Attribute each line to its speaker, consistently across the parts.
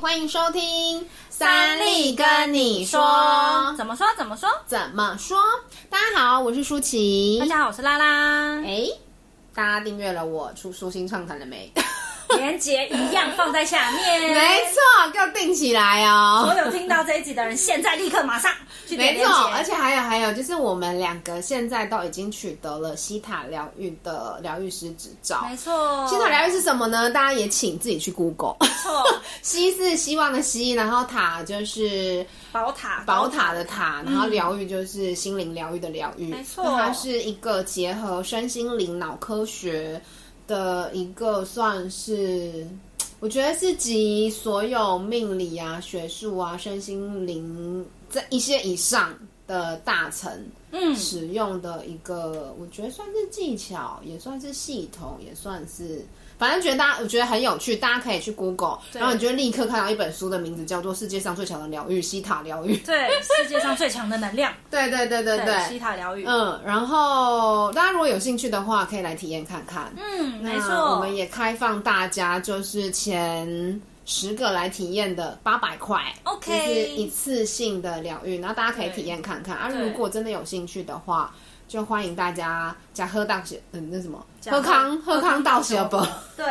Speaker 1: 欢迎收听《
Speaker 2: 怎么说怎么说？
Speaker 1: 怎么说》。大家好，我是舒淇。
Speaker 2: 大家好，我是拉拉，
Speaker 1: 哎，大家订阅了我出舒心畅谈了 没？
Speaker 2: 连结一样放在下面。
Speaker 1: 没，错，给我订起来
Speaker 2: 所
Speaker 1: 哦。
Speaker 2: 有听到这一集的人，现在立刻马上去点
Speaker 1: 没
Speaker 2: 连
Speaker 1: 错
Speaker 2: 结。，
Speaker 1: 而且还有还有，就是我们两个现在都已经取得了西塔疗愈的疗愈师执照。
Speaker 2: 没错，
Speaker 1: 西塔疗愈是什么呢？大家也请自己去 Google。
Speaker 2: 错，
Speaker 1: 西是希望的西，然后塔就是
Speaker 2: 宝塔
Speaker 1: 宝塔的塔，然后疗愈就是心灵疗愈的疗愈，
Speaker 2: 嗯没错
Speaker 1: 那它是一个结合身心灵脑科学的一个算是。我觉得是集所有命理啊、学术啊、身心灵这一些以上的大成
Speaker 2: 嗯，
Speaker 1: 使用的一个，我觉得算是技巧，也算是系统，也算是，反正觉得大家我觉得很有趣，大家可以去 Google，然后你就会立刻看到一本书的名字叫做《世界上最强的疗愈——西塔疗愈》。
Speaker 2: 对，世界上最强的能量，
Speaker 1: 对对对对
Speaker 2: 西
Speaker 1: 对，
Speaker 2: 塔疗愈，
Speaker 1: 嗯，然后大家如果有兴趣的话，可以来体验看看。
Speaker 2: 嗯，没
Speaker 1: 那
Speaker 2: 错，
Speaker 1: 我们也开放大家，就是前十个来体验的八百块
Speaker 2: OK
Speaker 1: 就是一次性的疗愈，然后大家可以体验看看啊。
Speaker 2: 对
Speaker 1: 如果真的有兴趣的话，就欢迎大家加喝到血，嗯，那什么，
Speaker 2: 加
Speaker 1: 喝康
Speaker 2: 喝
Speaker 1: 喝康到血本
Speaker 2: 喝，对，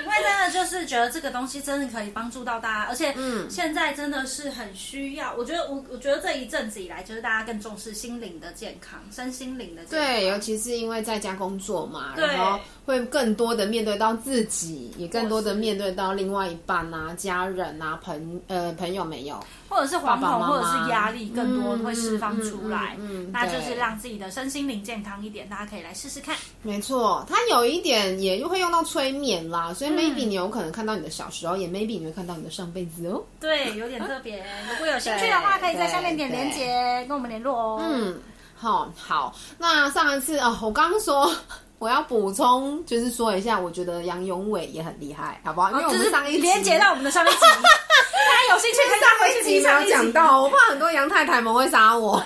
Speaker 2: 因为真的就是觉得这个东西真的可以帮助到大家，而且
Speaker 1: 嗯
Speaker 2: 现在真的是很需要。我觉得我我觉得这一阵子以来，就是大家更重视心灵的健康，身心灵的健康。
Speaker 1: 对，尤其是因为在家工作嘛，
Speaker 2: 对
Speaker 1: 然后会更多的面对到自己，也更多的面对到另外一半啊、家人啊、朋呃朋友没有，
Speaker 2: 或者是惶
Speaker 1: 爸爸妈
Speaker 2: 恐，
Speaker 1: 妈
Speaker 2: 或者是压力更多会释放出来
Speaker 1: 嗯嗯嗯嗯嗯，
Speaker 2: 那就是
Speaker 1: 对
Speaker 2: 让自己的身心灵健康一点，大家可以来试试看。
Speaker 1: 没错，它有一点也又会用到催眠啦，
Speaker 2: 嗯
Speaker 1: 所以 maybe 你有可能看到你的小时候，也 maybe 你会看到你的上辈子哦。
Speaker 2: 对，有点特别。如果有兴趣的话，
Speaker 1: 对
Speaker 2: 可以在下面点
Speaker 1: 对
Speaker 2: 连接跟我们联络哦。嗯，
Speaker 1: 嗯，好、好，那上一次哦，我刚刚说我要补充，就是说一下，我觉得杨永伟也很厉害，好不好？因为我
Speaker 2: 哦就
Speaker 1: 们
Speaker 2: 是
Speaker 1: 上一集
Speaker 2: 连接到我们的上一集，大家有兴趣可以再回
Speaker 1: 上一
Speaker 2: 去
Speaker 1: 集没
Speaker 2: 听上
Speaker 1: 有
Speaker 2: 一
Speaker 1: 讲
Speaker 2: 集
Speaker 1: 到，我怕很多杨太太们会杀我，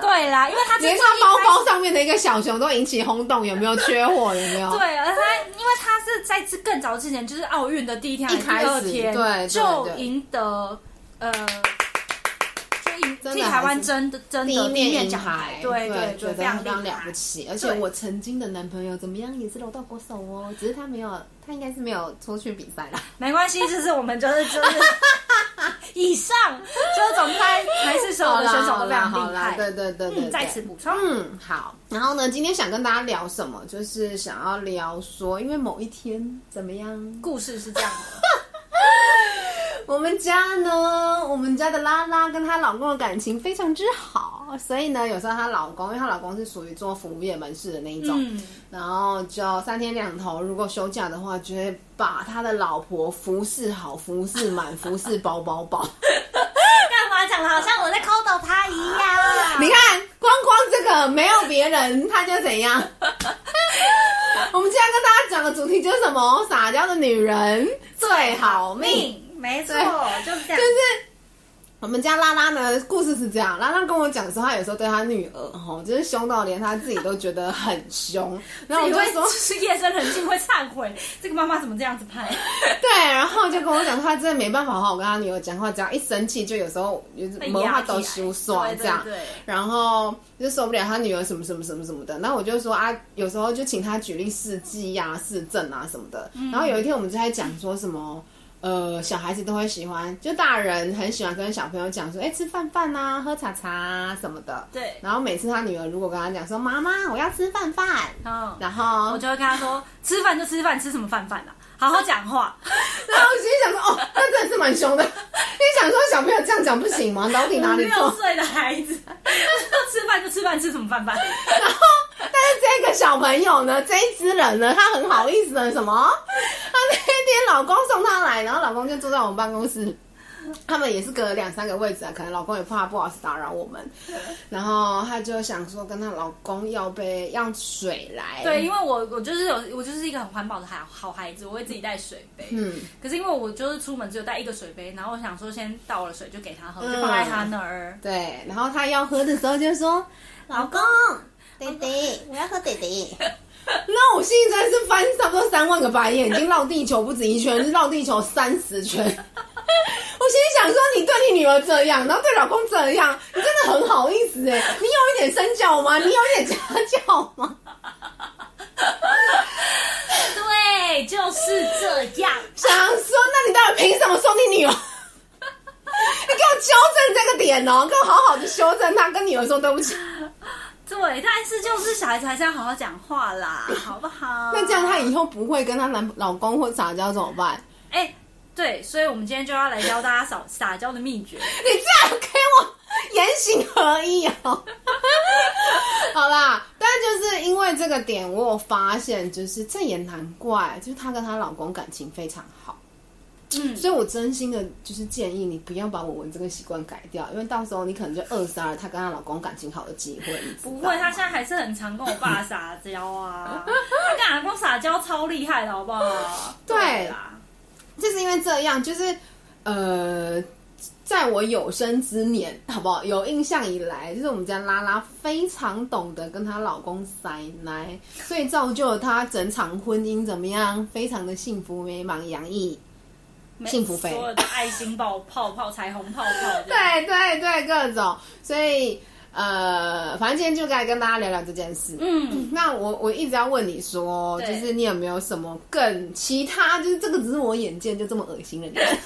Speaker 2: 对啦，因为他
Speaker 1: 连
Speaker 2: 真
Speaker 1: 他包包上面的一个小熊都引起轰动，有没有？缺火有没有？
Speaker 2: 对，而他因为他是在这更早之前，就是奥运的第一天还是第二
Speaker 1: 一开始
Speaker 2: 天，
Speaker 1: 对对
Speaker 2: 就
Speaker 1: 对
Speaker 2: 赢得呃，就赢
Speaker 1: 真的
Speaker 2: 替
Speaker 1: 还是
Speaker 2: 台湾争的争
Speaker 1: 第
Speaker 2: 得
Speaker 1: 一
Speaker 2: 第一面
Speaker 1: 面银
Speaker 2: 奖
Speaker 1: 牌，
Speaker 2: 对对
Speaker 1: 觉
Speaker 2: 对，
Speaker 1: 得
Speaker 2: 非
Speaker 1: 他
Speaker 2: 常
Speaker 1: 非常
Speaker 2: 厉
Speaker 1: 了
Speaker 2: 害
Speaker 1: 不。起。而且
Speaker 2: 对
Speaker 1: 我曾经的男朋友怎么样也是柔道国手哦，只是他没有，他应该是没有出去比赛啦。
Speaker 2: 没关系，就是我们就是就是 以上，就是总之还还是所有的选手都非常
Speaker 1: 好啦好
Speaker 2: 厉
Speaker 1: 啦
Speaker 2: 害。
Speaker 1: 对对对对，
Speaker 2: 嗯，
Speaker 1: 对
Speaker 2: 在此。补充，
Speaker 1: 嗯，好。然后呢，今天想跟大家聊什么？就是想要聊说，因为某一天怎么样？
Speaker 2: 故事是这样的。
Speaker 1: 我们家呢，我们家的拉拉跟她老公的感情非常之好，所以呢，有时候她老公，因为她老公是属于做服务业门市的那一种，
Speaker 2: 嗯，
Speaker 1: 然后就三天两头，如果休假的话，就会把他的老婆服侍好、服侍满、服侍饱饱饱。
Speaker 2: 干嘛讲的好像我在 call 到他一样？啊
Speaker 1: 你看，光光这个没有别人，他就怎样？我们今天跟大家讲的主题就是什么？撒娇的女人最好命。
Speaker 2: 命，没错，就是这样。
Speaker 1: 我们家拉拉呢，故事是这样，拉拉跟我讲的时候，她有时候对她女儿，吼，就是凶到连她自己都觉得很凶。然后我就
Speaker 2: 会
Speaker 1: 说，
Speaker 2: 是夜深人静会忏悔，这个妈妈怎么这样子拍？
Speaker 1: 对，然后就跟我讲，他真的没办法好好跟他女儿讲话，只要一生气，就有时候就是
Speaker 2: 被
Speaker 1: 没
Speaker 2: 压
Speaker 1: 话
Speaker 2: 起
Speaker 1: 都
Speaker 2: 来
Speaker 1: 修爽
Speaker 2: 对对
Speaker 1: 这样。
Speaker 2: 对
Speaker 1: 然后就受不了他女儿什么什么什么什么的，然后我就说啊，有时候就请他举例事迹呀、事证啊什么的。
Speaker 2: 嗯
Speaker 1: 然后有一天我们就在讲说什么，呃，小孩子都会喜欢，就大人很喜欢跟小朋友讲说，哎，吃饭饭啊，喝茶茶啊什么的。
Speaker 2: 对，
Speaker 1: 然后每次他女儿如果跟他讲说，妈妈，我要吃饭饭，
Speaker 2: 嗯，
Speaker 1: 然后
Speaker 2: 我就会跟他说，吃饭就吃饭，吃什么饭饭啊？好好讲话。
Speaker 1: 然后我心里想说，哦，那真的是蛮凶的。 你想说小朋友这样讲不行吗？到底哪里
Speaker 2: 六
Speaker 1: 错？
Speaker 2: 岁的孩子， 吃饭就吃饭，吃什么饭饭？
Speaker 1: 然后，但是这个小朋友呢，这一只人呢，他很好意思的什么？ 他那天老公送他来，然后老公就坐在我们办公室。他们也是隔了两三个位置啊，可能老公也怕不好意思打扰我们，然后她就想说跟她老公要杯要水来，
Speaker 2: 对，因为我我就是有我就是一个很环保的好好孩子，我会自己带水杯。
Speaker 1: 嗯，
Speaker 2: 可是因为我就是出门只有带一个水杯，然后我想说先倒了水就给他喝，
Speaker 1: 嗯
Speaker 2: 就放在他那儿。
Speaker 1: 对，然后她要喝的时候就说：“老公，弟弟，我要喝弟弟。” 那我心里真的是翻差不多三万个白眼，已经绕地球不止一圈，是绕地球三十圈。 我心里想说，你对你女儿这样，然后对老公这样，你真的很好意思哎、你有一点身教吗？你有一点家教 吗？
Speaker 2: 对，就是这样。
Speaker 1: 想说，那你到底凭什么说你女儿？ 你给我纠正这个点哦，给我好好的修正他，跟女儿说对不起。
Speaker 2: 对，但是就是小孩子还是要好好讲话啦，好不好？
Speaker 1: 那这样她以后不会跟她男老公或撒娇怎么办？
Speaker 2: 哎、对，所以我们今天就要来教大家撒撒娇的秘 诀。
Speaker 1: 你这样给我言行合一哦。 好啦，但就是因为这个点，我有发现，就是这也难怪，就是她跟她老公感情非常好。
Speaker 2: 嗯，
Speaker 1: 所以我真心的就是建议你不要把我文这个习惯改掉，因为到时候你可能就扼杀了她跟她老公感情好的机会。你知道
Speaker 2: 不
Speaker 1: 吗
Speaker 2: 会，他现在还是很常跟我爸撒 娇啊，他跟阿公撒娇超厉害的，好不好？
Speaker 1: 对
Speaker 2: 啦，
Speaker 1: 就是因为这样，就是呃，在我有生之年，好不好？有印象以来，就是我们家拉拉非常懂得跟她老公塞奶，所以造就了她整场婚姻怎么样，非常的幸福美满洋溢。
Speaker 2: 没
Speaker 1: 幸福肥
Speaker 2: 所有的爱心爆泡泡、彩虹泡泡，
Speaker 1: 对，对对，各种，所以呃，反正今天就该跟大家聊聊这件事。
Speaker 2: 嗯，
Speaker 1: 那我我一直要问你说，就
Speaker 2: 对
Speaker 1: 是你有没有什么更其他，就是这个只是我眼见就这么恶心的 人，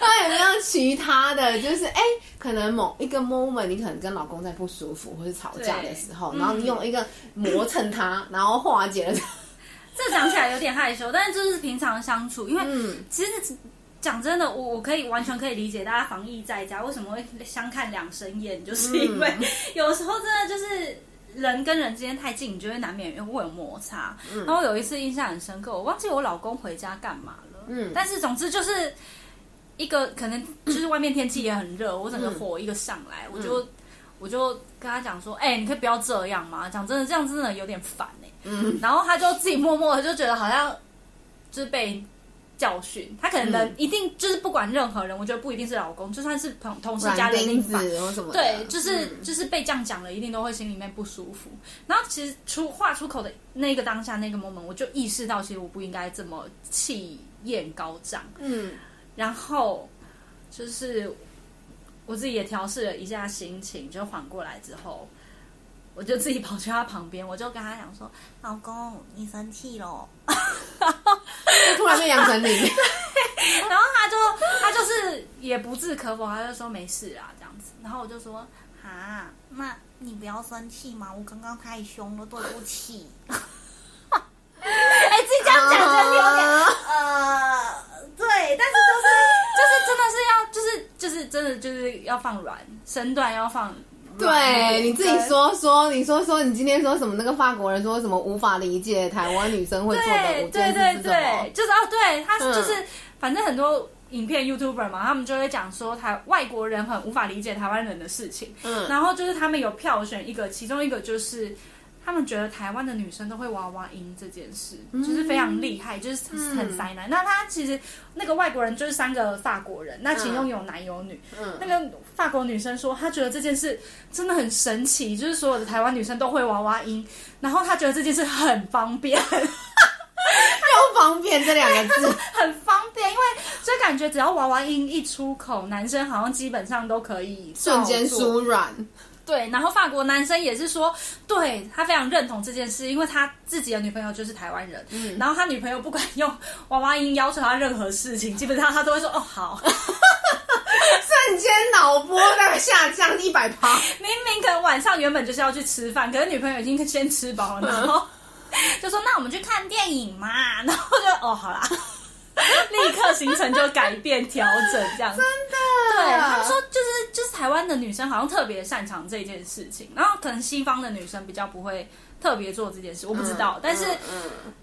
Speaker 1: 那有没有其他的就是哎、可能某一个 moment 你可能跟老公在不舒服或是吵架的时候，
Speaker 2: 对嗯
Speaker 1: 然后你用一个磨蹭他，然后化解了他，
Speaker 2: 这讲起来有点害羞，但是就是平常相处，因为
Speaker 1: 嗯
Speaker 2: 其实讲真的，我我可以完全可以理解大家防疫在家为什么会相看两生厌，就是因为有时候真的就是。人跟人之间太近，你就会难免会有摩擦。然后有一次印象很深刻，我忘记我老公回家干嘛了。
Speaker 1: 嗯
Speaker 2: 但是总之就是一个可能就是外面天气也很热，我整个火一个上
Speaker 1: 嗯
Speaker 2: 来，我就我就跟他讲说，哎、你可以不要这样嘛。讲真的，这样真的有点烦哎、嗯，然后他就自己默默的就觉得好像就是被教训，他可能
Speaker 1: 嗯
Speaker 2: 一定就是不管任何人，我觉得不一定是老公，就算是同同事家
Speaker 1: 软
Speaker 2: 人，一
Speaker 1: 钉
Speaker 2: 定
Speaker 1: 子嗯
Speaker 2: 烦。
Speaker 1: 或什么的，
Speaker 2: 对，就是、就是被这样讲了，一定都会心里面不舒服。然后其实出话出口的那个当下那个 moment，我就意识到，其实我不应该这么气焰高涨。
Speaker 1: 嗯，
Speaker 2: 然后就是我自己也调试了一下心情，就缓过来之后，我就自己跑去他旁边，我就跟他讲说：“ 老公，你生气咯。
Speaker 1: 就突然被杨丞琳，
Speaker 2: 然后他就他就是也不置可否，他就说没事啦这样子。然后我就说：“哈，那你不要生气嘛，我刚刚太凶了，对不起。”哎，自己这 样讲
Speaker 1: 哦
Speaker 2: 真的有点 呃，对，但是就是就是真的是要就是就是真的就是要放软，身段要放软。
Speaker 1: 对， 你自己说说，你说说，你今天说什么？那个法国人说什么无法理解台湾女生会做的
Speaker 2: 对
Speaker 1: 五
Speaker 2: 对
Speaker 1: 件事
Speaker 2: 对
Speaker 1: 是什么
Speaker 2: 对，？就是哦，对，他
Speaker 1: 嗯
Speaker 2: 就是、反正很多影片 YouTuber 嘛，他们就会讲说台外国人很无法理解台湾人的事情，
Speaker 1: 嗯
Speaker 2: 然后就是他们有票选一个，其中一个就是。他们觉得台湾的女生都会娃娃音这件事，就是非常厉害，就是
Speaker 1: 嗯
Speaker 2: 很塞奶。那他其实那个外国人就是三个法国人，那其中有男有女。
Speaker 1: 嗯
Speaker 2: 那个法国女生说，她觉得这件事真的很神奇，就是所有的台湾女生都会娃娃音，然后她觉得这件事很方便。
Speaker 1: 又方便这两个字，
Speaker 2: 很方便，因为就感觉只要娃娃音一出口，男生好像基本上都可以照
Speaker 1: 瞬
Speaker 2: 做
Speaker 1: 间舒软。
Speaker 2: 对，然后法国男生也是说，对他非常认同这件事，因为他自己的女朋友就是台湾人，
Speaker 1: 嗯
Speaker 2: 然后他女朋友不管用娃娃音要求他任何事情，基本上他都会说哦好。
Speaker 1: 瞬间脑波大概下降一百趴，
Speaker 2: 明明可能晚上原本就是要去吃饭，可是女朋友已经先吃饱了，然后
Speaker 1: 嗯
Speaker 2: 就说那我们去看电影嘛，然后就哦好啦，立刻行程就改变调整这样子。
Speaker 1: 真
Speaker 2: 对，他们说就是就是台湾的女生好像特别擅长这件事情，然后可能西方的女生比较不会特别做这件事，我不知
Speaker 1: 嗯
Speaker 2: 道，但是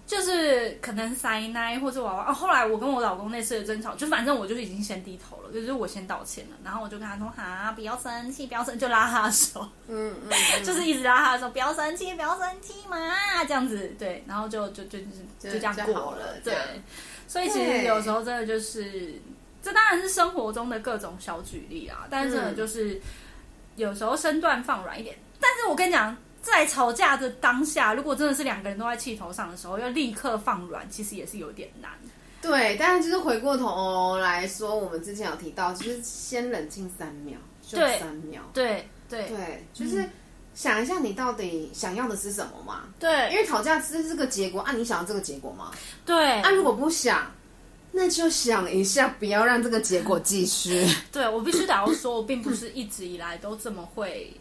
Speaker 2: 就是可能塞奶或者娃娃。哦，后来我跟我老公那次的争吵，就反正我就是已经先低头了，就是我先道歉了，然后我就跟他说哈，不要生气，不要生气，就拉他的手，
Speaker 1: 嗯嗯嗯，
Speaker 2: 就是一直拉他的手，不要生气，不要生气嘛，这样子对，然后就就就就就这样
Speaker 1: 就好
Speaker 2: 过
Speaker 1: 了这
Speaker 2: 对
Speaker 1: 样。
Speaker 2: 所以其实
Speaker 1: 对
Speaker 2: 有时候真的就是，这当然是生活中的各种小举例啊，但是真
Speaker 1: 嗯
Speaker 2: 的就是、有时候身段放软一点。但是我跟你讲，在吵架的当下，如果真的是两个人都在气头上的时候，要立刻放软，其实也是有点难。
Speaker 1: 对，但是就是回过头来说，我们之前有提到，就是先冷静三秒，就
Speaker 2: 对
Speaker 1: 三秒，
Speaker 2: 对对嗯
Speaker 1: 对，就是想一下你到底想要的是什么嘛？因
Speaker 2: 对
Speaker 1: 为吵架是这个结果，啊，你想要这个结果吗？
Speaker 2: 对
Speaker 1: 啊，如果不想，那就想一下，不要让这个结果继续。
Speaker 2: 对，我必须得要说，我并不是一直以来都这么会，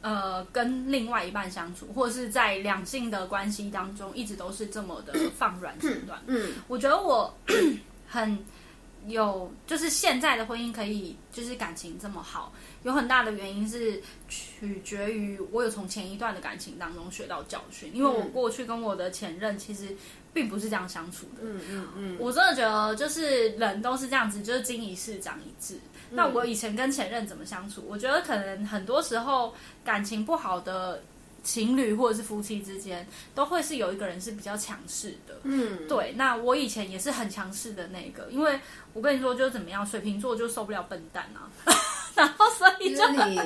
Speaker 2: 呃，跟另外一半相处，或者是在两性的关系当中，一直都是这么的放软手段。
Speaker 1: 嗯，
Speaker 2: 我觉得我 很有，就是现在的婚姻可以，就是感情这么好，有很大的原因是取决于我有从前一段的感情当中学到教训，因为我
Speaker 1: 嗯
Speaker 2: 过去跟我的前任其实并不是这样相处的。
Speaker 1: 嗯嗯嗯，
Speaker 2: 我真的觉得，就是人都是这样子，就是经一事长一智。那我以前跟前任怎么相处？我觉得可能很多时候感情不好的情侣或者是夫妻之间，都会是有一个人是比较强势的。
Speaker 1: 嗯，
Speaker 2: 对，那我以前也是很强势的那个，因为我跟你说，就是怎么样，水瓶座就受不了笨蛋啊， 然后所以
Speaker 1: 就是你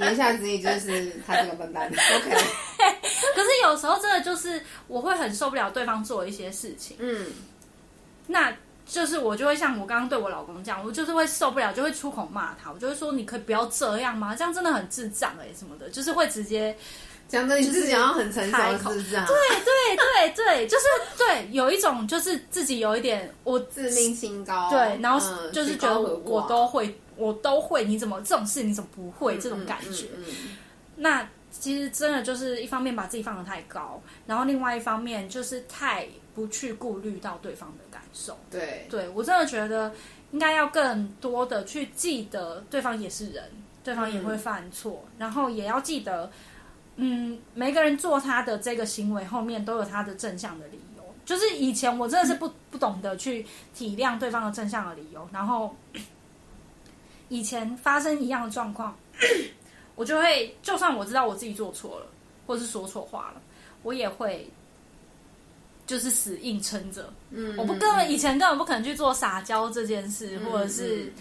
Speaker 1: 言下之意就是他是个笨蛋。OK，
Speaker 2: 可是有时候真的就是我会很受不了对方做一些事情，
Speaker 1: 嗯
Speaker 2: 那就是我就会像我刚刚对我老公这样，我就是会受不了，就会出口骂他，我就会说你可以不要这样吗？这样真的很智障哎、什么的，就是会直接
Speaker 1: 讲的你自己要很成熟，
Speaker 2: 开
Speaker 1: 是
Speaker 2: 口
Speaker 1: 不是啊？
Speaker 2: 对对对对，就是对有一种就是自己有一点我
Speaker 1: 自命清高。
Speaker 2: 对，然后
Speaker 1: 嗯
Speaker 2: 就是
Speaker 1: 举
Speaker 2: 觉得
Speaker 1: 高
Speaker 2: 我
Speaker 1: 和
Speaker 2: 我
Speaker 1: 寡
Speaker 2: 都会，我都会，你怎么这种事你怎么不会这种
Speaker 1: 嗯
Speaker 2: 感觉？
Speaker 1: 嗯嗯
Speaker 2: 那其实真的就是一方面把自己放得太高，然后另外一方面就是太不去顾虑到对方的感
Speaker 1: 嗯
Speaker 2: 受。
Speaker 1: 对，
Speaker 2: 对我真的觉得应该要更多的去记得对方也是人，对方也会犯错，然后也要记得，嗯，每个人做他的这个行为后面都有他的正向的理由。就是以前我真的是不、不懂得去体谅对方的正向的理由，然后以前发生一样的状况，我就会就算我知道我自己做错了，或是说错话了，我也会就是死硬撑着，
Speaker 1: 嗯
Speaker 2: 我不根本以前根本不可能去做撒娇这件事，或者是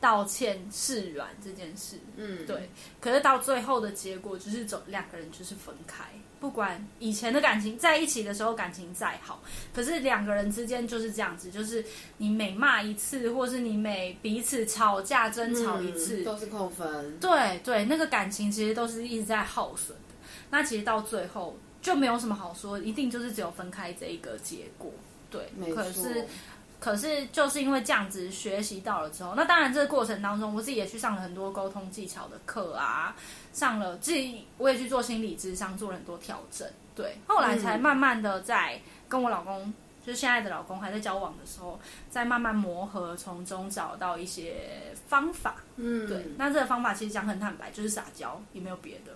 Speaker 2: 道歉示软这件事。
Speaker 1: 嗯，
Speaker 2: 对，可是到最后的结果就是走两个人就是分开，不管以前的感情在一起的时候感情再好，可是两个人之间就是这样子，就是你每骂一次，或是你每彼此吵架争吵一次，
Speaker 1: 嗯都是扣分。
Speaker 2: 对对，那个感情其实都是一直在耗损的。那其实到最后就没有什么好说，一定就是只有分开这一个结果。对
Speaker 1: 没，
Speaker 2: 可
Speaker 1: 错，
Speaker 2: 是可是就是因为这样子学习到了之后，那当然这个过程当中，我自己也去上了很多沟通技巧的课啊，上了自己我也去做心理智商，做了很多调整。对，后来才慢慢的在跟我老公，就是现在的老公还在交往的时候，再慢慢磨合，从中找到一些方法。
Speaker 1: 嗯，
Speaker 2: 对，那这个方法其实讲很坦白，就是撒娇，也没有别的，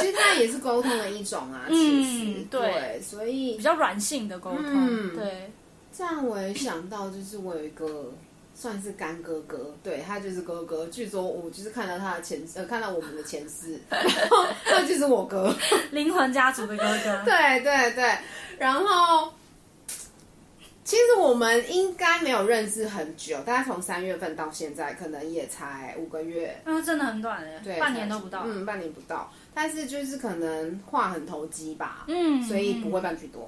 Speaker 1: 其实那也是沟通的一种啊。其实
Speaker 2: 嗯对
Speaker 1: 所以
Speaker 2: 比较软性的沟通。
Speaker 1: 嗯
Speaker 2: 对，
Speaker 1: 这样我也想到，就是我有一个算是干哥哥，对他就是哥哥。据说我就是看到他的前呃，看到我们的前世，然后他就是我哥。
Speaker 2: 灵魂家族的哥哥。
Speaker 1: 对对对，然后其实我们应该没有认识很久，大概从三月份到现在，可能也才五个月，
Speaker 2: 那真的很短
Speaker 1: 对，
Speaker 2: 哎，半年都不到。
Speaker 1: 嗯，半年不到。但是就是可能话很投机吧，
Speaker 2: 嗯，
Speaker 1: 所以不会半句多。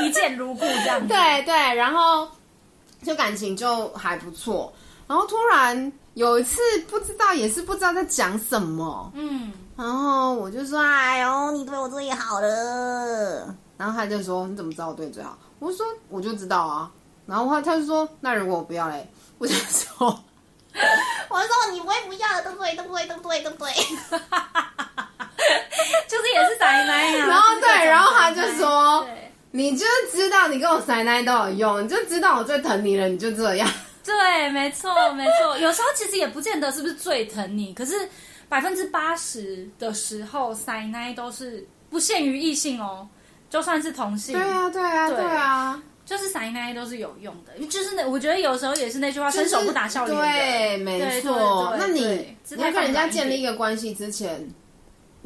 Speaker 2: 一见如故这样子。
Speaker 1: 对对，然后就感情就还不错，然后突然有一次不知道也是不知道在讲什么，
Speaker 2: 嗯，
Speaker 1: 然后我就说：“哎呦，你对我最好了。”然后他就说：“你怎么知道我对你最好？”我就说：“我就知道啊。”然后他他就说：“那如果我不要嘞？”我就说：“我就说你不会不要的，对不对？对不对？对不对？对不 对？”
Speaker 2: 就是也是宅男 呀。
Speaker 1: 然后
Speaker 2: 就是各种
Speaker 1: 对然后他就
Speaker 2: 宅男
Speaker 1: 说
Speaker 2: 对
Speaker 1: 你就知道你跟我塞奶都有用，你就知道我最疼你了，你就这样。
Speaker 2: 对，没错没错。有时候其实也不见得是不是最疼你，可是百分之八十的时候，塞奶都是不限于异性哦，就算是同性。
Speaker 1: 对啊，对啊，
Speaker 2: 对
Speaker 1: 对啊，
Speaker 2: 就是撒奶都是有用的，就是那我觉得有时候也是那句话，伸手不打笑脸人。
Speaker 1: 对，没
Speaker 2: 对
Speaker 1: 错。
Speaker 2: 对对
Speaker 1: 那你
Speaker 2: 对姿
Speaker 1: 你
Speaker 2: 态
Speaker 1: 在跟人
Speaker 2: 放
Speaker 1: 家
Speaker 2: 软一
Speaker 1: 建立
Speaker 2: 点
Speaker 1: 一个关系之前，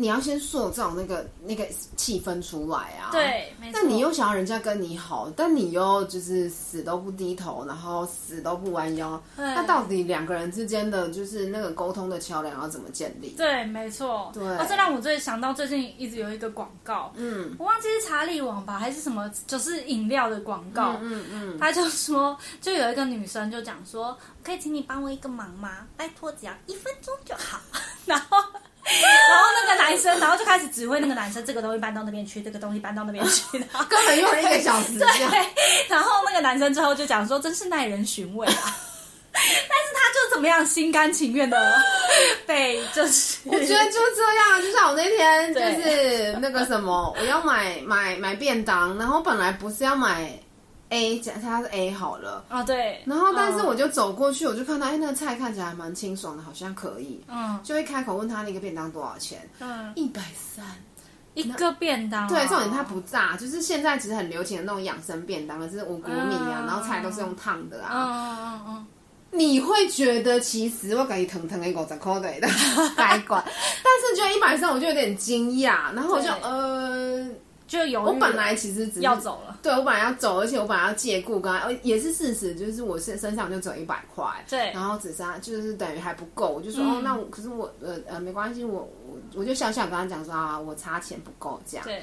Speaker 1: 你要先塑造那个那个气氛出来啊。
Speaker 2: 对，没错。
Speaker 1: 但你又想要人家跟你好，但你又就是死都不低头，然后死都不弯腰，
Speaker 2: 对
Speaker 1: 那到底两个人之间的就是那个沟通的桥梁要怎么建立？
Speaker 2: 对，没错。
Speaker 1: 对
Speaker 2: 哦，这让我最想到最近一直有一个广告，嗯，我忘记是查理网吧还是什么，就是饮料的广告，
Speaker 1: 嗯嗯，
Speaker 2: 他就说，就有一个女生就讲说，可以请你帮我一个忙吗？ 拜托，只要一分钟就好。然后，然后那个男生，然后就开始指挥那个男生，这个东西搬到那边去，这个东西搬到那边 去。然后
Speaker 1: 根本用了一个小时这样。
Speaker 2: 然后那个男生之后就讲说，真是耐人寻味啊。 但是他就怎么样，心甘情愿的被就是，
Speaker 1: 我觉得就这样，啊就像我那天就
Speaker 2: 对
Speaker 1: 是那个什么，我要买买买便当，然后本来不是要买 A，假设它是 A 好了，
Speaker 2: 哦对，
Speaker 1: 然后但是
Speaker 2: 嗯
Speaker 1: 我就走过去，我就看到哎、那个菜看起来还蛮清爽的，好像可以，
Speaker 2: 嗯
Speaker 1: 就会开口问他那个便当多少钱，
Speaker 2: 嗯，
Speaker 1: 一百三。
Speaker 2: 一个便当、
Speaker 1: 对，重点它。不炸，就是现在其实很流行的那种养生便当，就是五谷米啊，
Speaker 2: 嗯
Speaker 1: 然后菜都是用烫的
Speaker 2: 嗯
Speaker 1: 啊。
Speaker 2: 嗯嗯
Speaker 1: 你会觉得其实我给你腾腾一五十块的，该管。但是就一百三，我就有点惊讶，然后我就
Speaker 2: 对
Speaker 1: 呃，
Speaker 2: 嗯，就有
Speaker 1: 我本来其实只是
Speaker 2: 要，走了，
Speaker 1: 对我本来要走，而且我本来要借故跟他，呃也是事实，就是我身身上就只有一百块，
Speaker 2: 对
Speaker 1: 然后只是他就是等于还不够，我就说、
Speaker 2: 嗯
Speaker 1: 哦，那我可是我呃呃没关系，我我我就笑笑跟他讲说啊，我差钱不够这样。
Speaker 2: 对。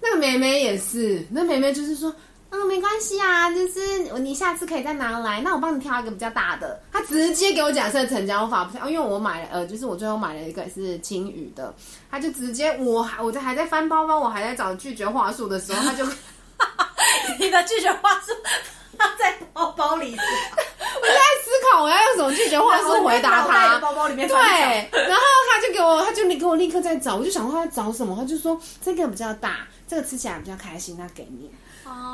Speaker 1: 那个妹妹也是，那妹妹就是说，嗯，没关系啊，就是你下次可以再拿来，那我帮你挑一个比较大的。她直接给我假设成交法，不是，因为我买了，呃，就是我最后买了一个是青鱼的，她就直接我还我在还在翻包包，我还在找拒绝话术的时候，她就我
Speaker 2: 你的拒绝话术放在包包里，
Speaker 1: 在思考我要用什么拒绝话术回答
Speaker 2: 然后在
Speaker 1: 她
Speaker 2: 的。包包里 面
Speaker 1: 对，
Speaker 2: 放一张
Speaker 1: 然后他就给我，他就给我立刻在找，我就想说他在找什么，他就说这个比较大，这个吃起来比较开心，那给你。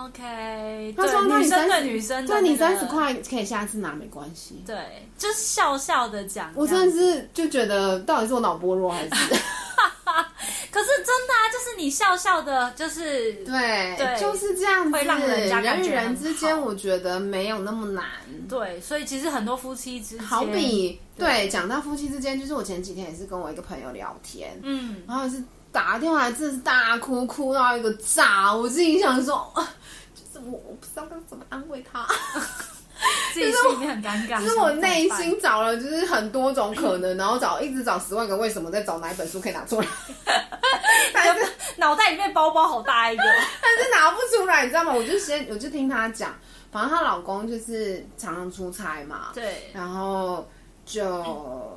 Speaker 2: OK，
Speaker 1: 他说
Speaker 2: 对
Speaker 1: 那
Speaker 2: 女
Speaker 1: 你
Speaker 2: 生
Speaker 1: 30
Speaker 2: 对女生的
Speaker 1: 对
Speaker 2: 那
Speaker 1: 你
Speaker 2: 个
Speaker 1: 三十，块可以下次拿，没关系。
Speaker 2: 对，就是笑笑的讲。
Speaker 1: 我真的是就觉得，到底是我脑波弱还是？
Speaker 2: 这样，可是真的啊，就是你笑笑的，就是
Speaker 1: 对
Speaker 2: 对
Speaker 1: 就是这样子。
Speaker 2: 会让人家感
Speaker 1: 人
Speaker 2: 觉
Speaker 1: 与人
Speaker 2: 很
Speaker 1: 之间，
Speaker 2: 好
Speaker 1: 我觉得没有那么难。
Speaker 2: 对，所以其实很多夫妻之间，
Speaker 1: 好比对讲到夫妻之间，就是我前几天也是跟我一个朋友聊天，
Speaker 2: 嗯，
Speaker 1: 然后是打电话来，真的是大哭，哭到一个炸。我自己想说，啊就是我我不知道该怎么安慰他。
Speaker 2: 自己心里面很尴尬。
Speaker 1: 就是我内
Speaker 2: 想怎么
Speaker 1: 心找了就是很多种可能，然后找一直找十万个为什么，再找哪一本书可以拿出来，但是
Speaker 2: 办脑袋里面包包好大一个，
Speaker 1: 但是拿不出来，你知道吗？我就先我就听她讲，反正她老公就是常常出差嘛，
Speaker 2: 对，
Speaker 1: 然后就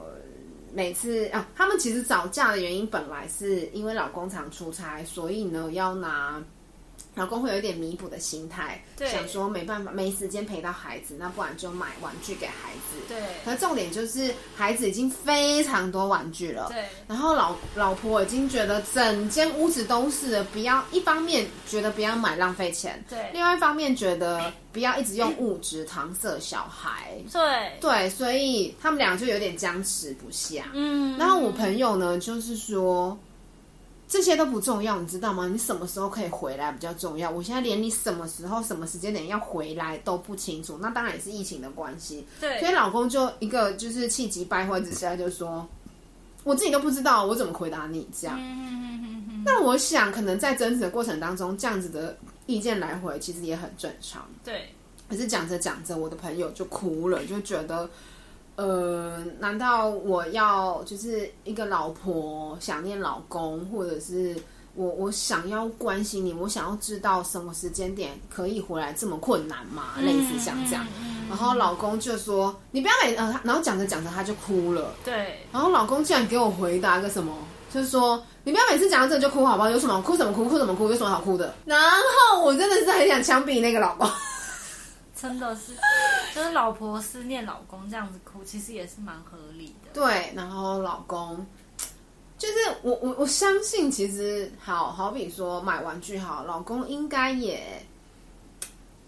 Speaker 1: 每次啊，他们其实吵架的原因本来是因为老公常出差，所以呢要拿。老公会有一点弥补的心态，
Speaker 2: 对
Speaker 1: 想说没办法，没时间陪到孩子，那不然就买玩具给孩子。
Speaker 2: 对
Speaker 1: 可重点就是孩子已经非常多玩具了，
Speaker 2: 对
Speaker 1: 然后老老婆已经觉得整间屋子都是了，不要一方面觉得不要买浪费钱，
Speaker 2: 对
Speaker 1: 另外一方面觉得不要一直用物质搪塞小孩，
Speaker 2: 对，
Speaker 1: 对，所以他们俩就有点僵持不下。
Speaker 2: 嗯，
Speaker 1: 然后我朋友呢，就是说。这些都不重要，你知道吗？你什么时候可以回来比较重要。我现在连你什么时候、什么时间点要回来都不清楚，那当然也是疫情的关系。所以
Speaker 2: 对
Speaker 1: 老公就一个就是气急败坏之下就说：“我自己都不知道我怎么回答你这样。
Speaker 2: 嗯
Speaker 1: 那我想可能在争执的过程当中，这样子的意见来回其实也很正常。
Speaker 2: 对
Speaker 1: 可是讲着讲着，我的朋友就哭了，就觉得。呃，难道我要就是一个老婆想念老公，或者是我我想要关心你，我想要知道什么时间点可以回来，这么困难吗？类似像这样，然后老公就说：“你不要每呃，他然后讲着讲着他就哭了。
Speaker 2: 对
Speaker 1: 然后老公竟然给我回答个什么，就是说：“你不要每次讲到这就哭好不好？有什么好哭什么哭，哭什么哭，有什么好哭的？”然后我真的是很想枪毙那个老公。
Speaker 2: 真的 是，就是老婆思念老公这样子哭，其实也是蛮合理的。
Speaker 1: 对，然后老公。就是我我我相信，其实好好比说买玩具好，老公应该也，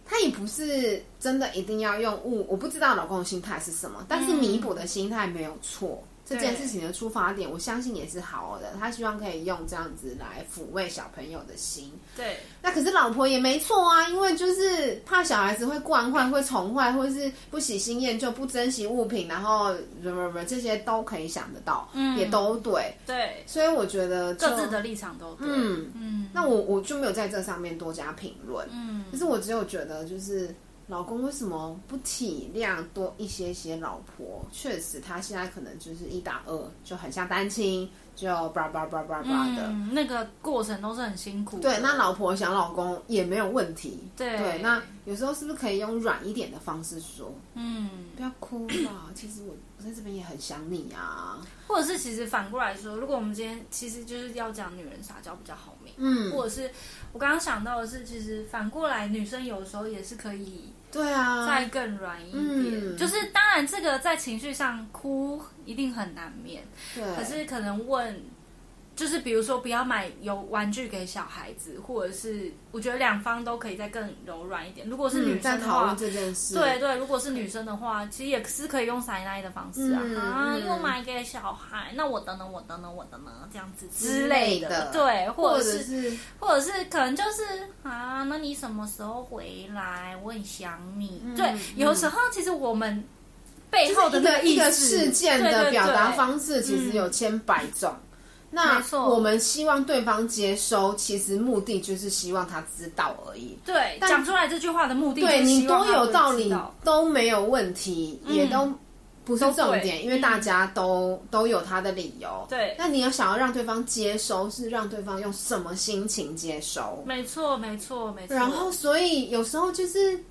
Speaker 1: 他也不是真的一定要用物，我不知道老公的心态是什么，但是弥补的心态没有错，这件事情的出发点，我相信也是好的。他希望可以用这样子来抚慰小朋友的心。
Speaker 2: 对，
Speaker 1: 那可是老婆也没错啊，因为就是怕小孩子会惯坏、会宠坏，或是不喜新厌旧、不珍惜物品，然后什么什么这些都可以想得到，
Speaker 2: 嗯
Speaker 1: 也都对。
Speaker 2: 对，
Speaker 1: 所以我觉得就
Speaker 2: 各自的立场都对。
Speaker 1: 嗯
Speaker 2: 嗯，
Speaker 1: 那我我就没有在这上面多加评论。
Speaker 2: 嗯
Speaker 1: 可是我只有觉得，就是老公为什么不体谅多一些些老婆？确实，他现在可能就是一打二，就很像单亲，就叭叭叭叭叭的。
Speaker 2: 嗯，那个过程都是很辛苦的。
Speaker 1: 对，那老婆想老公也没有问题。
Speaker 2: 对
Speaker 1: 那有时候是不是可以用软一点的方式说？
Speaker 2: 嗯，
Speaker 1: 不要哭啦， 其实我我在这边也很想你啊。
Speaker 2: 或者是其实反过来说，如果我们今天其实就是要讲女人撒娇比较好命，
Speaker 1: 嗯，
Speaker 2: 或者是我刚刚想到的是，其实反过来女生有时候也是可以
Speaker 1: 对啊，
Speaker 2: 再更软一点，
Speaker 1: 嗯
Speaker 2: 就是当然这个在情绪上哭一定很难免，
Speaker 1: 对，
Speaker 2: 可是可能问。就是比如说，不要买有玩具给小孩子，或者是我觉得两方都可以再更柔软一点。如果是
Speaker 1: 嗯
Speaker 2: 女
Speaker 1: 在
Speaker 2: 生的
Speaker 1: 讨
Speaker 2: 话
Speaker 1: 论，这件事，
Speaker 2: 对对，如果是女生的话，其实也是可以用撒奶的方式啊，
Speaker 1: 嗯
Speaker 2: 啊，
Speaker 1: 嗯
Speaker 2: 又买给小孩，那我等等，我等等，我等等，这样子
Speaker 1: 之
Speaker 2: 之
Speaker 1: 类
Speaker 2: 类
Speaker 1: 的
Speaker 2: 对，或
Speaker 1: 或
Speaker 2: 者
Speaker 1: 者
Speaker 2: 是
Speaker 1: 是
Speaker 2: 或者是可能就是啊，那你什么时候回来？我很想你。对
Speaker 1: 嗯，
Speaker 2: 有时候其实我们背后的
Speaker 1: 一
Speaker 2: 那
Speaker 1: 个一
Speaker 2: 意
Speaker 1: 个
Speaker 2: 思
Speaker 1: 事件
Speaker 2: 对对
Speaker 1: 的
Speaker 2: 对
Speaker 1: 表达方式其实有千百种。那
Speaker 2: 没错
Speaker 1: 我们希望对方接收，其实目的就是希望他知道而已。
Speaker 2: 对，
Speaker 1: 但
Speaker 2: 讲出来这句话的目的，
Speaker 1: 对你多有道理
Speaker 2: 知嗯
Speaker 1: 都没有问题，也都不是重
Speaker 2: 都
Speaker 1: 点，
Speaker 2: 对
Speaker 1: 因为大家都、都有他的理由。
Speaker 2: 对
Speaker 1: 那你有想要让对方接收，是让对方用什么心情接收？
Speaker 2: 没错，没错，没错。
Speaker 1: 然后，所以有时候就是，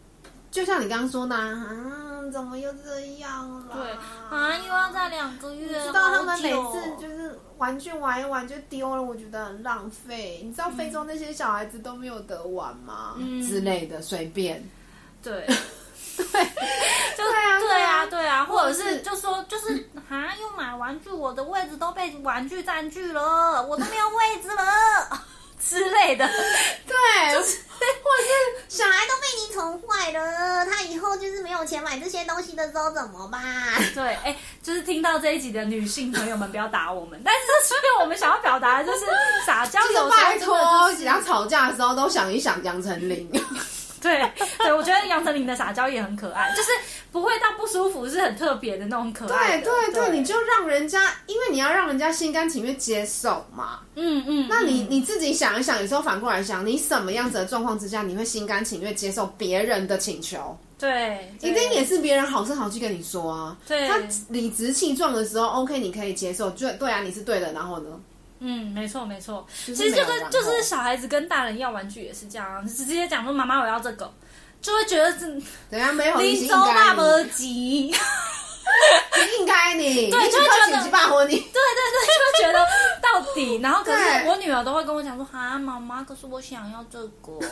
Speaker 1: 就像你刚刚说的啊，啊怎么又这样了？
Speaker 2: 对啊，又要在两个月，
Speaker 1: 知道他们
Speaker 2: 好
Speaker 1: 每
Speaker 2: 久
Speaker 1: 次就是玩具玩一玩就丢了，我觉得很浪费。你知道非洲那些小孩子都没有得玩吗？
Speaker 2: 嗯
Speaker 1: 之类的，随便。
Speaker 2: 对。
Speaker 1: 对，
Speaker 2: 就
Speaker 1: 对啊对
Speaker 2: 啊对
Speaker 1: 啊
Speaker 2: 啊，对啊，或者
Speaker 1: 或者是
Speaker 2: 是就说就是 啊，又买玩具，我的位置都被玩具占据了，我都没有位置了 之类的。
Speaker 1: 对，就是或
Speaker 3: 小孩都被你宠坏了，他以后就是没有钱买这些东西的时候怎么办？
Speaker 2: 对，哎， 就是听到这一集的女性朋友们不要打我们，但是就是我们想要表达的 就是撒娇
Speaker 1: 是就是
Speaker 2: 有时候
Speaker 1: 拜
Speaker 2: 真的
Speaker 1: 托，
Speaker 2: 就是
Speaker 1: 只要吵架的时候都想一想杨丞 琳。
Speaker 2: 对 对，我觉得杨丞琳的撒娇也很可爱，就是不会到不舒服，是很特别的那种可爱
Speaker 1: 对
Speaker 2: 的。
Speaker 1: 对对，你就让人家，因为你要让人家心甘情愿接受嘛。
Speaker 2: 嗯嗯，
Speaker 1: 那你
Speaker 2: 嗯
Speaker 1: 你自己想一想，有时候反过来想，你什么样子的状况之下，你会心甘情愿接受别人的请求？
Speaker 2: 对
Speaker 1: 一定也是别人好声好气跟你说啊。
Speaker 2: 对
Speaker 1: 他理直气壮的时候，OK，你可以接受，就对啊，你是对的。然后呢，
Speaker 2: 嗯，没错没错，
Speaker 1: 其
Speaker 2: 其实就跟就是小孩子跟大人要玩具也是这样啊，直接讲说妈妈我要这个，就会觉得这
Speaker 1: 等下没有你是
Speaker 2: 你
Speaker 1: 应
Speaker 2: 周那
Speaker 1: 该
Speaker 2: 么
Speaker 1: 你，
Speaker 2: 急，
Speaker 1: 你应该你，对
Speaker 2: 对就会觉得
Speaker 1: 几把火你。
Speaker 2: 对对对，就会觉得到底，然后可是
Speaker 1: 对
Speaker 2: 我女儿都会跟我讲说 啊妈妈，可是我想要这个。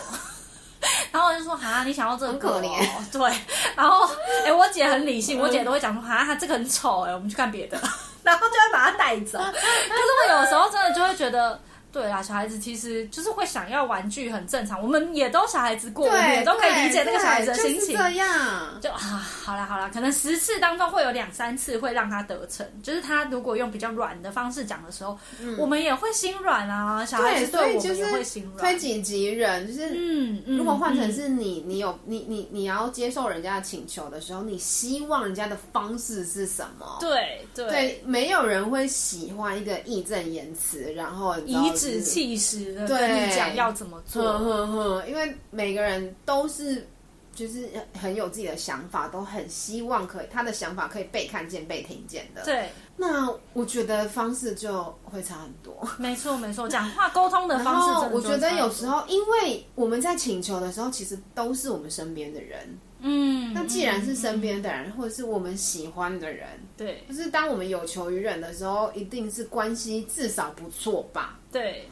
Speaker 2: 然后我就说啊，你想要这个、哦？
Speaker 1: 可怜嗯
Speaker 2: 对，然后哎、我姐很理性，我姐都会讲说啊，她这个很丑哎、我们去看别的， 然后就会把它带走。可是我有时候真的就会觉得，对啦，小孩子其实就是会想要玩具，很正常。我们也都小孩子过，我们也
Speaker 1: 对，
Speaker 2: 都可以理解那
Speaker 1: 对
Speaker 2: 个小孩子的
Speaker 1: 对
Speaker 2: 心情。
Speaker 1: 就是这样。
Speaker 2: 就啊，好啦好啦，可能十次当中会有两三次会让他得逞，就是他如果用比较软的方式讲的时候，我们也会心软啊，小孩
Speaker 1: 嗯对，
Speaker 2: 子
Speaker 1: 所以
Speaker 2: 我
Speaker 1: 就
Speaker 2: 们也会
Speaker 1: 是
Speaker 2: 心软
Speaker 1: 推。己及人，就是
Speaker 2: 嗯嗯，
Speaker 1: 如
Speaker 2: 如
Speaker 1: 果换成是你，你有你你你要接受人家的请求的时候，你希望人家的方式是什么？
Speaker 2: 对对
Speaker 1: 对，没有人会喜欢一个义正言辞，然后你知道
Speaker 2: 颐
Speaker 1: 就
Speaker 2: 指
Speaker 1: 是
Speaker 2: 气使的
Speaker 1: 对
Speaker 2: 跟你讲要怎么做，
Speaker 1: 哼哼哼，因为每个人都是就是很有自己的想法，都很希望可以他的想法可以被看见、被听见的。，
Speaker 2: 对，
Speaker 1: 那我觉得方式就会差很多。
Speaker 2: 没错没错，讲话沟通的
Speaker 1: 然
Speaker 2: 方式
Speaker 1: 后
Speaker 2: 真的
Speaker 1: 哦我
Speaker 2: 就
Speaker 1: 觉得
Speaker 2: 差
Speaker 1: 有
Speaker 2: 很
Speaker 1: 时
Speaker 2: 多，
Speaker 1: 候，因为我们在请求的时候，其实都是我们身边的人。
Speaker 2: 嗯，
Speaker 1: 那既然是身
Speaker 2: 嗯，
Speaker 1: 边的人，或者是我们喜欢的人，
Speaker 2: 嗯对
Speaker 1: 就是当我们有求于人的时候，一定是关系至少不错吧？
Speaker 2: 对，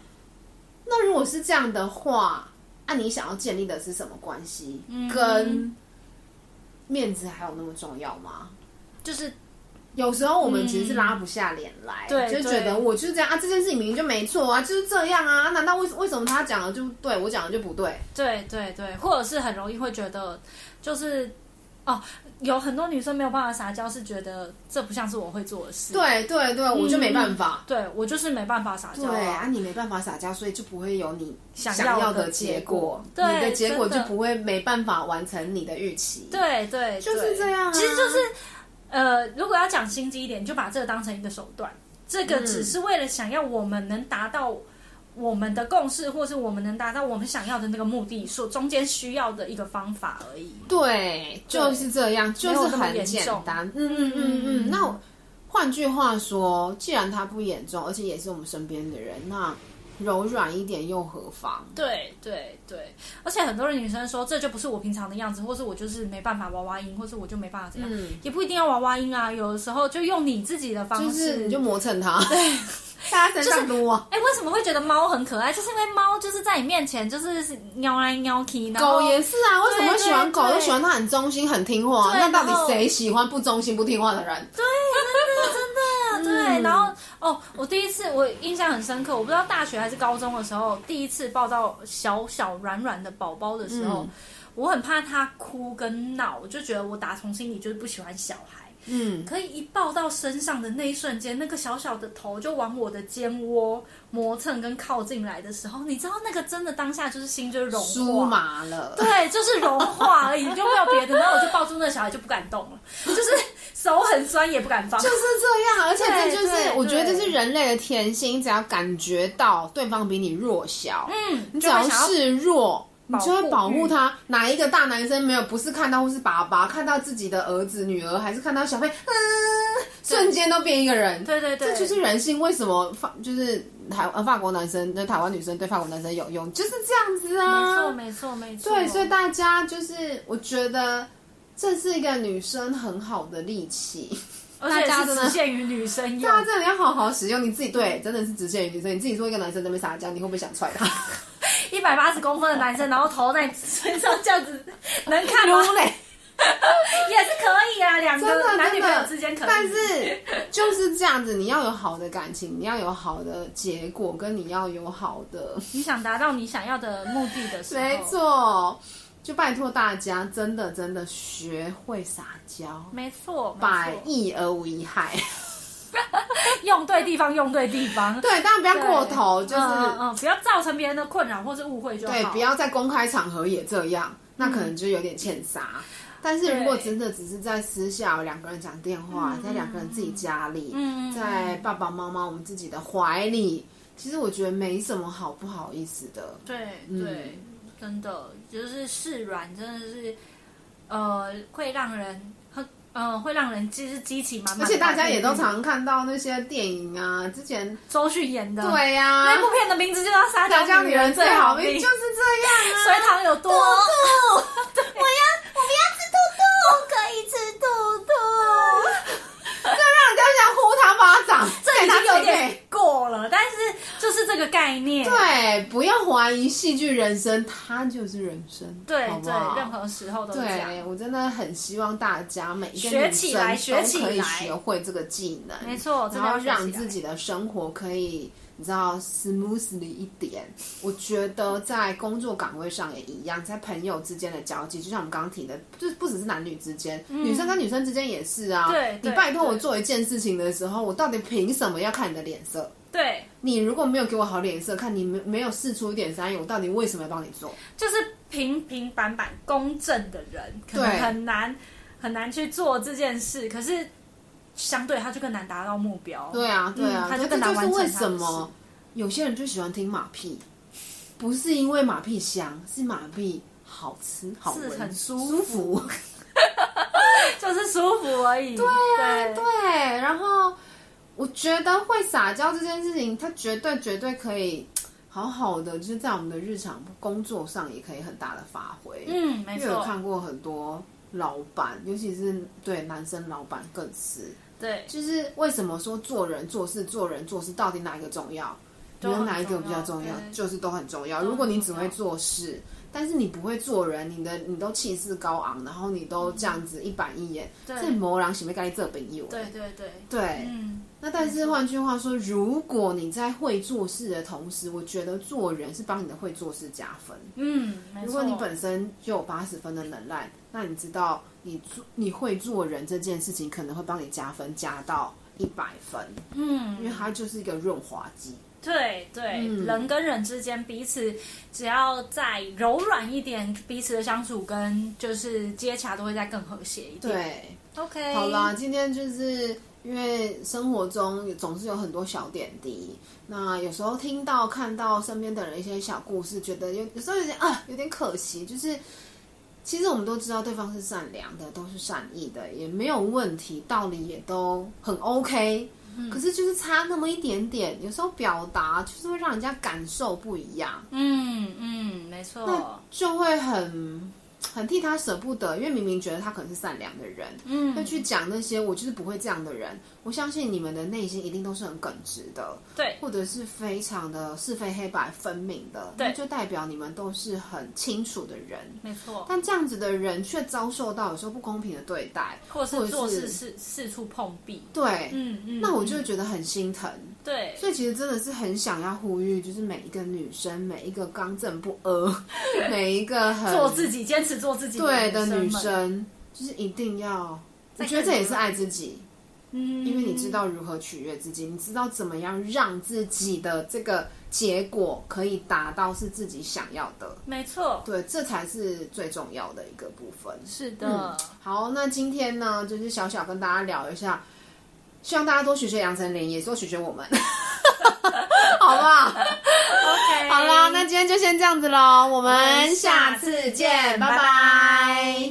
Speaker 1: 那如果是这样的话，那、你想要建立的是什么关系？
Speaker 2: 嗯
Speaker 1: 跟面子还有那么重要吗？
Speaker 2: 就是
Speaker 1: 有时候我们其实是拉不下脸来，
Speaker 2: 嗯对
Speaker 1: 就觉得
Speaker 2: 对
Speaker 1: 我就这样啊，这件事情明明就没错啊，就是这样啊，难道为为什么他讲的就对我讲的就不对？
Speaker 2: 对对对，或者是很容易会觉得，就是哦，有很多女生没有办法撒娇，是觉得这不像是我会做的事。
Speaker 1: 对对对，我就没办法。
Speaker 2: 嗯对我就是没办法撒娇、
Speaker 1: 对啊，
Speaker 2: 啊。
Speaker 1: 你没办法撒娇，所以就不会有你
Speaker 2: 想
Speaker 1: 想
Speaker 2: 要
Speaker 1: 的
Speaker 2: 的结
Speaker 1: 果
Speaker 2: 果，
Speaker 1: 你的
Speaker 2: 对
Speaker 1: 结果就
Speaker 2: 真的
Speaker 1: 不会没办法完成你的预期。
Speaker 2: 对对，就
Speaker 1: 就是这样啊
Speaker 2: 其实就是呃，如果要讲心机一点，你就把这个当成一个手段，这个只
Speaker 1: 嗯
Speaker 2: 是为了想要我们能达到我们的共识，或是我们能达到我们想要的那个目的，所中间需要的一个方法而已。
Speaker 1: 对，就是这样，就是很简单。嗯嗯嗯嗯。
Speaker 2: 嗯
Speaker 1: 那我换句话说，既然它不严重，而且也是我们身边的人，那柔软一点又何妨？
Speaker 2: 对对对，而且很多的女生说这就不是我平常的样子，或是我就是没办法娃娃音，或是我就没办法怎样，
Speaker 1: 嗯
Speaker 2: 也不一定要娃娃音啊。有的时候就用你自己的方
Speaker 1: 就
Speaker 2: 式，
Speaker 1: 是你就磨蹭它，对，大家身上撸啊，
Speaker 2: 哎、为什么会觉得猫很可爱？就是因为猫就是在你面前就是喵来喵去，然后
Speaker 1: 狗也是啊，为什么会喜欢狗？
Speaker 2: 对对
Speaker 1: 又喜欢它很忠心、很听话。
Speaker 2: 对
Speaker 1: 那到
Speaker 2: 然
Speaker 1: 底
Speaker 2: 后
Speaker 1: 谁喜欢不忠心、不听话的人？ 嗯
Speaker 2: 真的对。然后哦，我第一次我印象很深刻，我不知道大学还是高中的时候，第一次抱到小小软软的宝宝的时候，
Speaker 1: 嗯
Speaker 2: 我很怕它哭跟闹，我就觉得我打从心里就是不喜欢小孩。
Speaker 1: 嗯，
Speaker 2: 可以一抱到身上的那一瞬间，那个小小的头就往我的肩窝磨蹭跟靠近来的时候，你知道那个真的当下就是心就融
Speaker 1: 酥
Speaker 2: 化，
Speaker 1: 麻了。
Speaker 2: 对，就是融化而已，就没有别的。然后我就抱住那小孩就不敢动 了，就是手很酸也不敢放
Speaker 1: 就。是这样，而且这
Speaker 2: 对
Speaker 1: 就是
Speaker 2: 对
Speaker 1: 我觉得这
Speaker 2: 对
Speaker 1: 是人类的天性，你只要感觉到对方比你弱小，
Speaker 2: 嗯，
Speaker 1: 你只
Speaker 2: 就会
Speaker 1: 要
Speaker 2: 想要
Speaker 1: 示弱，你
Speaker 2: 保
Speaker 1: 就会
Speaker 2: 护
Speaker 1: 保护嗯
Speaker 2: 欲
Speaker 1: 他。哪一个大男生没有不是看到或是爸爸看到自己的儿子、女儿，还是看到小贝，嗯，瞬间都变一个人。
Speaker 2: 对对对，
Speaker 1: 这就是人性。为什么法就是台呃法国男生对台湾女生对法国男生有用，就是这样子
Speaker 2: 没
Speaker 1: 啊。
Speaker 2: 错没错没错。
Speaker 1: 对，所以大家就是我觉得这是一个女生很好的利器。
Speaker 2: 而且
Speaker 1: 大家
Speaker 2: 是
Speaker 1: 真的
Speaker 2: 只限于女生用
Speaker 1: 大。家真的要好好使用你自己，对，真的是直线于女生。你自己做一个男生在那边撒娇，你会不会想踹他？
Speaker 2: 一百八十公分的男生，然后头在你身上这样子，能 看吗？
Speaker 1: 撸嘞，
Speaker 2: 也是可以啊，两
Speaker 1: 真的
Speaker 2: 个男女朋
Speaker 1: 真
Speaker 2: 友
Speaker 1: 的
Speaker 2: 之间可以。
Speaker 1: 但是就是这样子，你要有好的感情，你要有好的结果，跟你要有好的，
Speaker 2: 你想达到你想要的目的的时候，
Speaker 1: 没，错。就拜托大家，真的真的学会撒娇，
Speaker 2: 没错，
Speaker 1: 百
Speaker 2: 没错
Speaker 1: 益而无一害。
Speaker 2: 用对地方，用对地方，
Speaker 1: 对，当然不要过头，
Speaker 2: 对
Speaker 1: 就是、
Speaker 2: 嗯嗯，不要造成别人的困扰或是误会就好。
Speaker 1: 对，不要在公开场合也这样，那可能就有点欠杀。
Speaker 2: 嗯
Speaker 1: 但是如果真的只是在私下两个人讲电话，在两个人自己家里，
Speaker 2: 嗯嗯嗯
Speaker 1: 在爸爸妈妈我们自己的怀里，其实我觉得没什么好不好意思的。
Speaker 2: 对
Speaker 1: 嗯
Speaker 2: 对，真的就是示软，真的是呃，会让人很呃，会让人就是激起满满的
Speaker 1: 而
Speaker 2: 爱。
Speaker 1: 且大家也
Speaker 2: 嗯
Speaker 1: 都常看到那些电影啊，之前
Speaker 2: 周迅演的，、
Speaker 1: 对啊呀、
Speaker 2: 那部片的名字就叫《撒
Speaker 1: 大
Speaker 2: 娇
Speaker 1: 家女人最好命
Speaker 2: 命
Speaker 1: 就》，是 这样啊。
Speaker 2: 隋唐有多
Speaker 3: 不可以吃兔兔。
Speaker 1: 让人家想呼他巴 掌，
Speaker 2: 这 已
Speaker 1: 给他
Speaker 2: 经有
Speaker 1: 捶
Speaker 2: 点
Speaker 1: 背
Speaker 2: 过了，但是就是这个概念，
Speaker 1: 对，不要怀疑戏剧人生，它就是人生，
Speaker 2: 对
Speaker 1: 好不
Speaker 2: 对
Speaker 1: 好，
Speaker 2: 任何时候都是这样。
Speaker 1: 对，我真的很希望大家每一个
Speaker 2: 学
Speaker 1: 女
Speaker 2: 起
Speaker 1: 生
Speaker 2: 来学
Speaker 1: 都
Speaker 2: 起
Speaker 1: 可以
Speaker 2: 来
Speaker 1: 学会这个技能，
Speaker 2: 没错真
Speaker 1: 然
Speaker 2: 的
Speaker 1: 后
Speaker 2: 要学啊
Speaker 1: 让
Speaker 2: 起来
Speaker 1: 自己的生活可以你知道 smoothly 一点。我觉得在工作岗位上也一样，在朋友之间的交际，就像我们刚刚提的，就是不只是男女之间，女生跟女生之间也是啊。
Speaker 2: 嗯对
Speaker 1: 你
Speaker 2: 对
Speaker 1: 拜托我
Speaker 2: 对
Speaker 1: 做一件事情的时候，我到底凭什么要看你的脸色？
Speaker 2: 对，
Speaker 1: 你如果没有给我好脸色，看你没没有试出一点善意，我到底为什么要帮你做？
Speaker 2: 就是平平板板公正的人，可能
Speaker 1: 对
Speaker 2: 很难很难去做这件事，可是相对他就更难达到目标。
Speaker 1: 对啊，对啊，
Speaker 2: 嗯他就
Speaker 1: 这
Speaker 2: 更难
Speaker 1: 就是
Speaker 2: 完成
Speaker 1: 为
Speaker 2: 他
Speaker 1: 什
Speaker 2: 的
Speaker 1: 么有些人就喜欢听马屁，不是因为马屁香，是马屁好吃好
Speaker 2: 是
Speaker 1: 闻，
Speaker 2: 很舒
Speaker 1: 舒 服。
Speaker 2: 就是舒服而已。对啊，
Speaker 1: 对，然后我觉得会撒娇这件事情，它绝对绝对可以好好的，就是在我们的日常工作上也可以很大的发挥。
Speaker 2: 嗯，没
Speaker 1: 因为有
Speaker 2: 错，
Speaker 1: 看过很多老板，尤其是对男生老板更是。
Speaker 2: 对，
Speaker 1: 就是为什么说做人做事、做人做事到底哪一个重要？你觉
Speaker 2: 都
Speaker 1: 得
Speaker 2: 很
Speaker 1: 哪一个
Speaker 2: 哦重
Speaker 1: 比较
Speaker 2: 要
Speaker 1: 重要？
Speaker 2: 对
Speaker 1: 就是都很重要。
Speaker 2: 都
Speaker 1: 如果
Speaker 2: 很
Speaker 1: 你只
Speaker 2: 重
Speaker 1: 会
Speaker 2: 要
Speaker 1: 做事，但是你不会做人，你的你都气势高昂，然后你都这样子一板一眼，
Speaker 2: 对
Speaker 1: 这某人是没该这本有。
Speaker 2: 嗯对对对，
Speaker 1: 对，
Speaker 2: 嗯，
Speaker 1: 那但是换句话说，如果你在会做事的同时，我觉得做人是帮你的会做事加分。
Speaker 2: 嗯，
Speaker 1: 如果你本身就有八十分的能耐，那你知道你做你会做人这件事情，可能会帮你加分加到一百分，
Speaker 2: 嗯，
Speaker 1: 因为它就是一个润滑剂。
Speaker 2: 对对，
Speaker 1: 嗯
Speaker 2: 人跟人之间彼此只要再柔软一点，彼此的相处跟就是接洽都会再更和谐一点。
Speaker 1: 对，
Speaker 2: ，OK，
Speaker 1: 好啦，，今天就是因为生活中总是有很多小点滴，那有时候听到看到身边的人一些小故事，觉得有有时候有点啊有点可惜，就是其实我们都知道对方是善良的，都是善意的，也没有问题，道理也都很 OK，、可
Speaker 2: 嗯
Speaker 1: 是就是差那么一点点，有时候表达就是会让人家感受不一样。
Speaker 2: 嗯嗯，没错，
Speaker 1: 就会很很替他舍不得，因为明明觉得他可能是善良的人，
Speaker 2: 嗯
Speaker 1: 会去讲那些我就是不会这样的人。我相信你们的内心一定都是很耿直的，
Speaker 2: 对
Speaker 1: 或者是非常的是非黑白分明的，
Speaker 2: 对
Speaker 1: 那就代表你们都是很清楚的人。
Speaker 2: 没错，
Speaker 1: 但这样子的人却遭受到有时候不公平的对待，
Speaker 2: 或者是做
Speaker 1: 或者
Speaker 2: 事
Speaker 1: 是
Speaker 2: 四四处碰壁，
Speaker 1: 对，
Speaker 2: 嗯嗯，
Speaker 1: 那我就
Speaker 2: 嗯
Speaker 1: 会觉得很心疼。
Speaker 2: 对，
Speaker 1: 所以其实真的是很想要呼吁，就是每一个女生，每一个刚正不阿， 每一个很
Speaker 2: 做自己，坚持做自己，
Speaker 1: 对的女
Speaker 2: 们，
Speaker 1: 生，就是一定要，我
Speaker 2: 再
Speaker 1: 觉得这
Speaker 2: 看
Speaker 1: 也
Speaker 2: 你
Speaker 1: 是爱自己，
Speaker 2: 嗯，
Speaker 1: 因为你知道如何取悦自己，你知道怎么样让自己的这个结果可以达到是自己想要的，
Speaker 2: 嗯没错，
Speaker 1: 对，这才是最重要的一个部分。
Speaker 2: 是的，
Speaker 1: 好，那今天呢，就是小小跟大家聊一下，希望大家多学学杨丞琳，也多学学我们， 好不好？嗯
Speaker 2: ，OK，
Speaker 1: 好啦，那今天就先这样子喽，我
Speaker 2: 我
Speaker 1: 们
Speaker 2: 们
Speaker 1: 下
Speaker 2: 下
Speaker 1: 次
Speaker 2: 次
Speaker 1: 见，
Speaker 2: 见
Speaker 1: 拜
Speaker 2: 拜
Speaker 1: 拜
Speaker 2: 拜。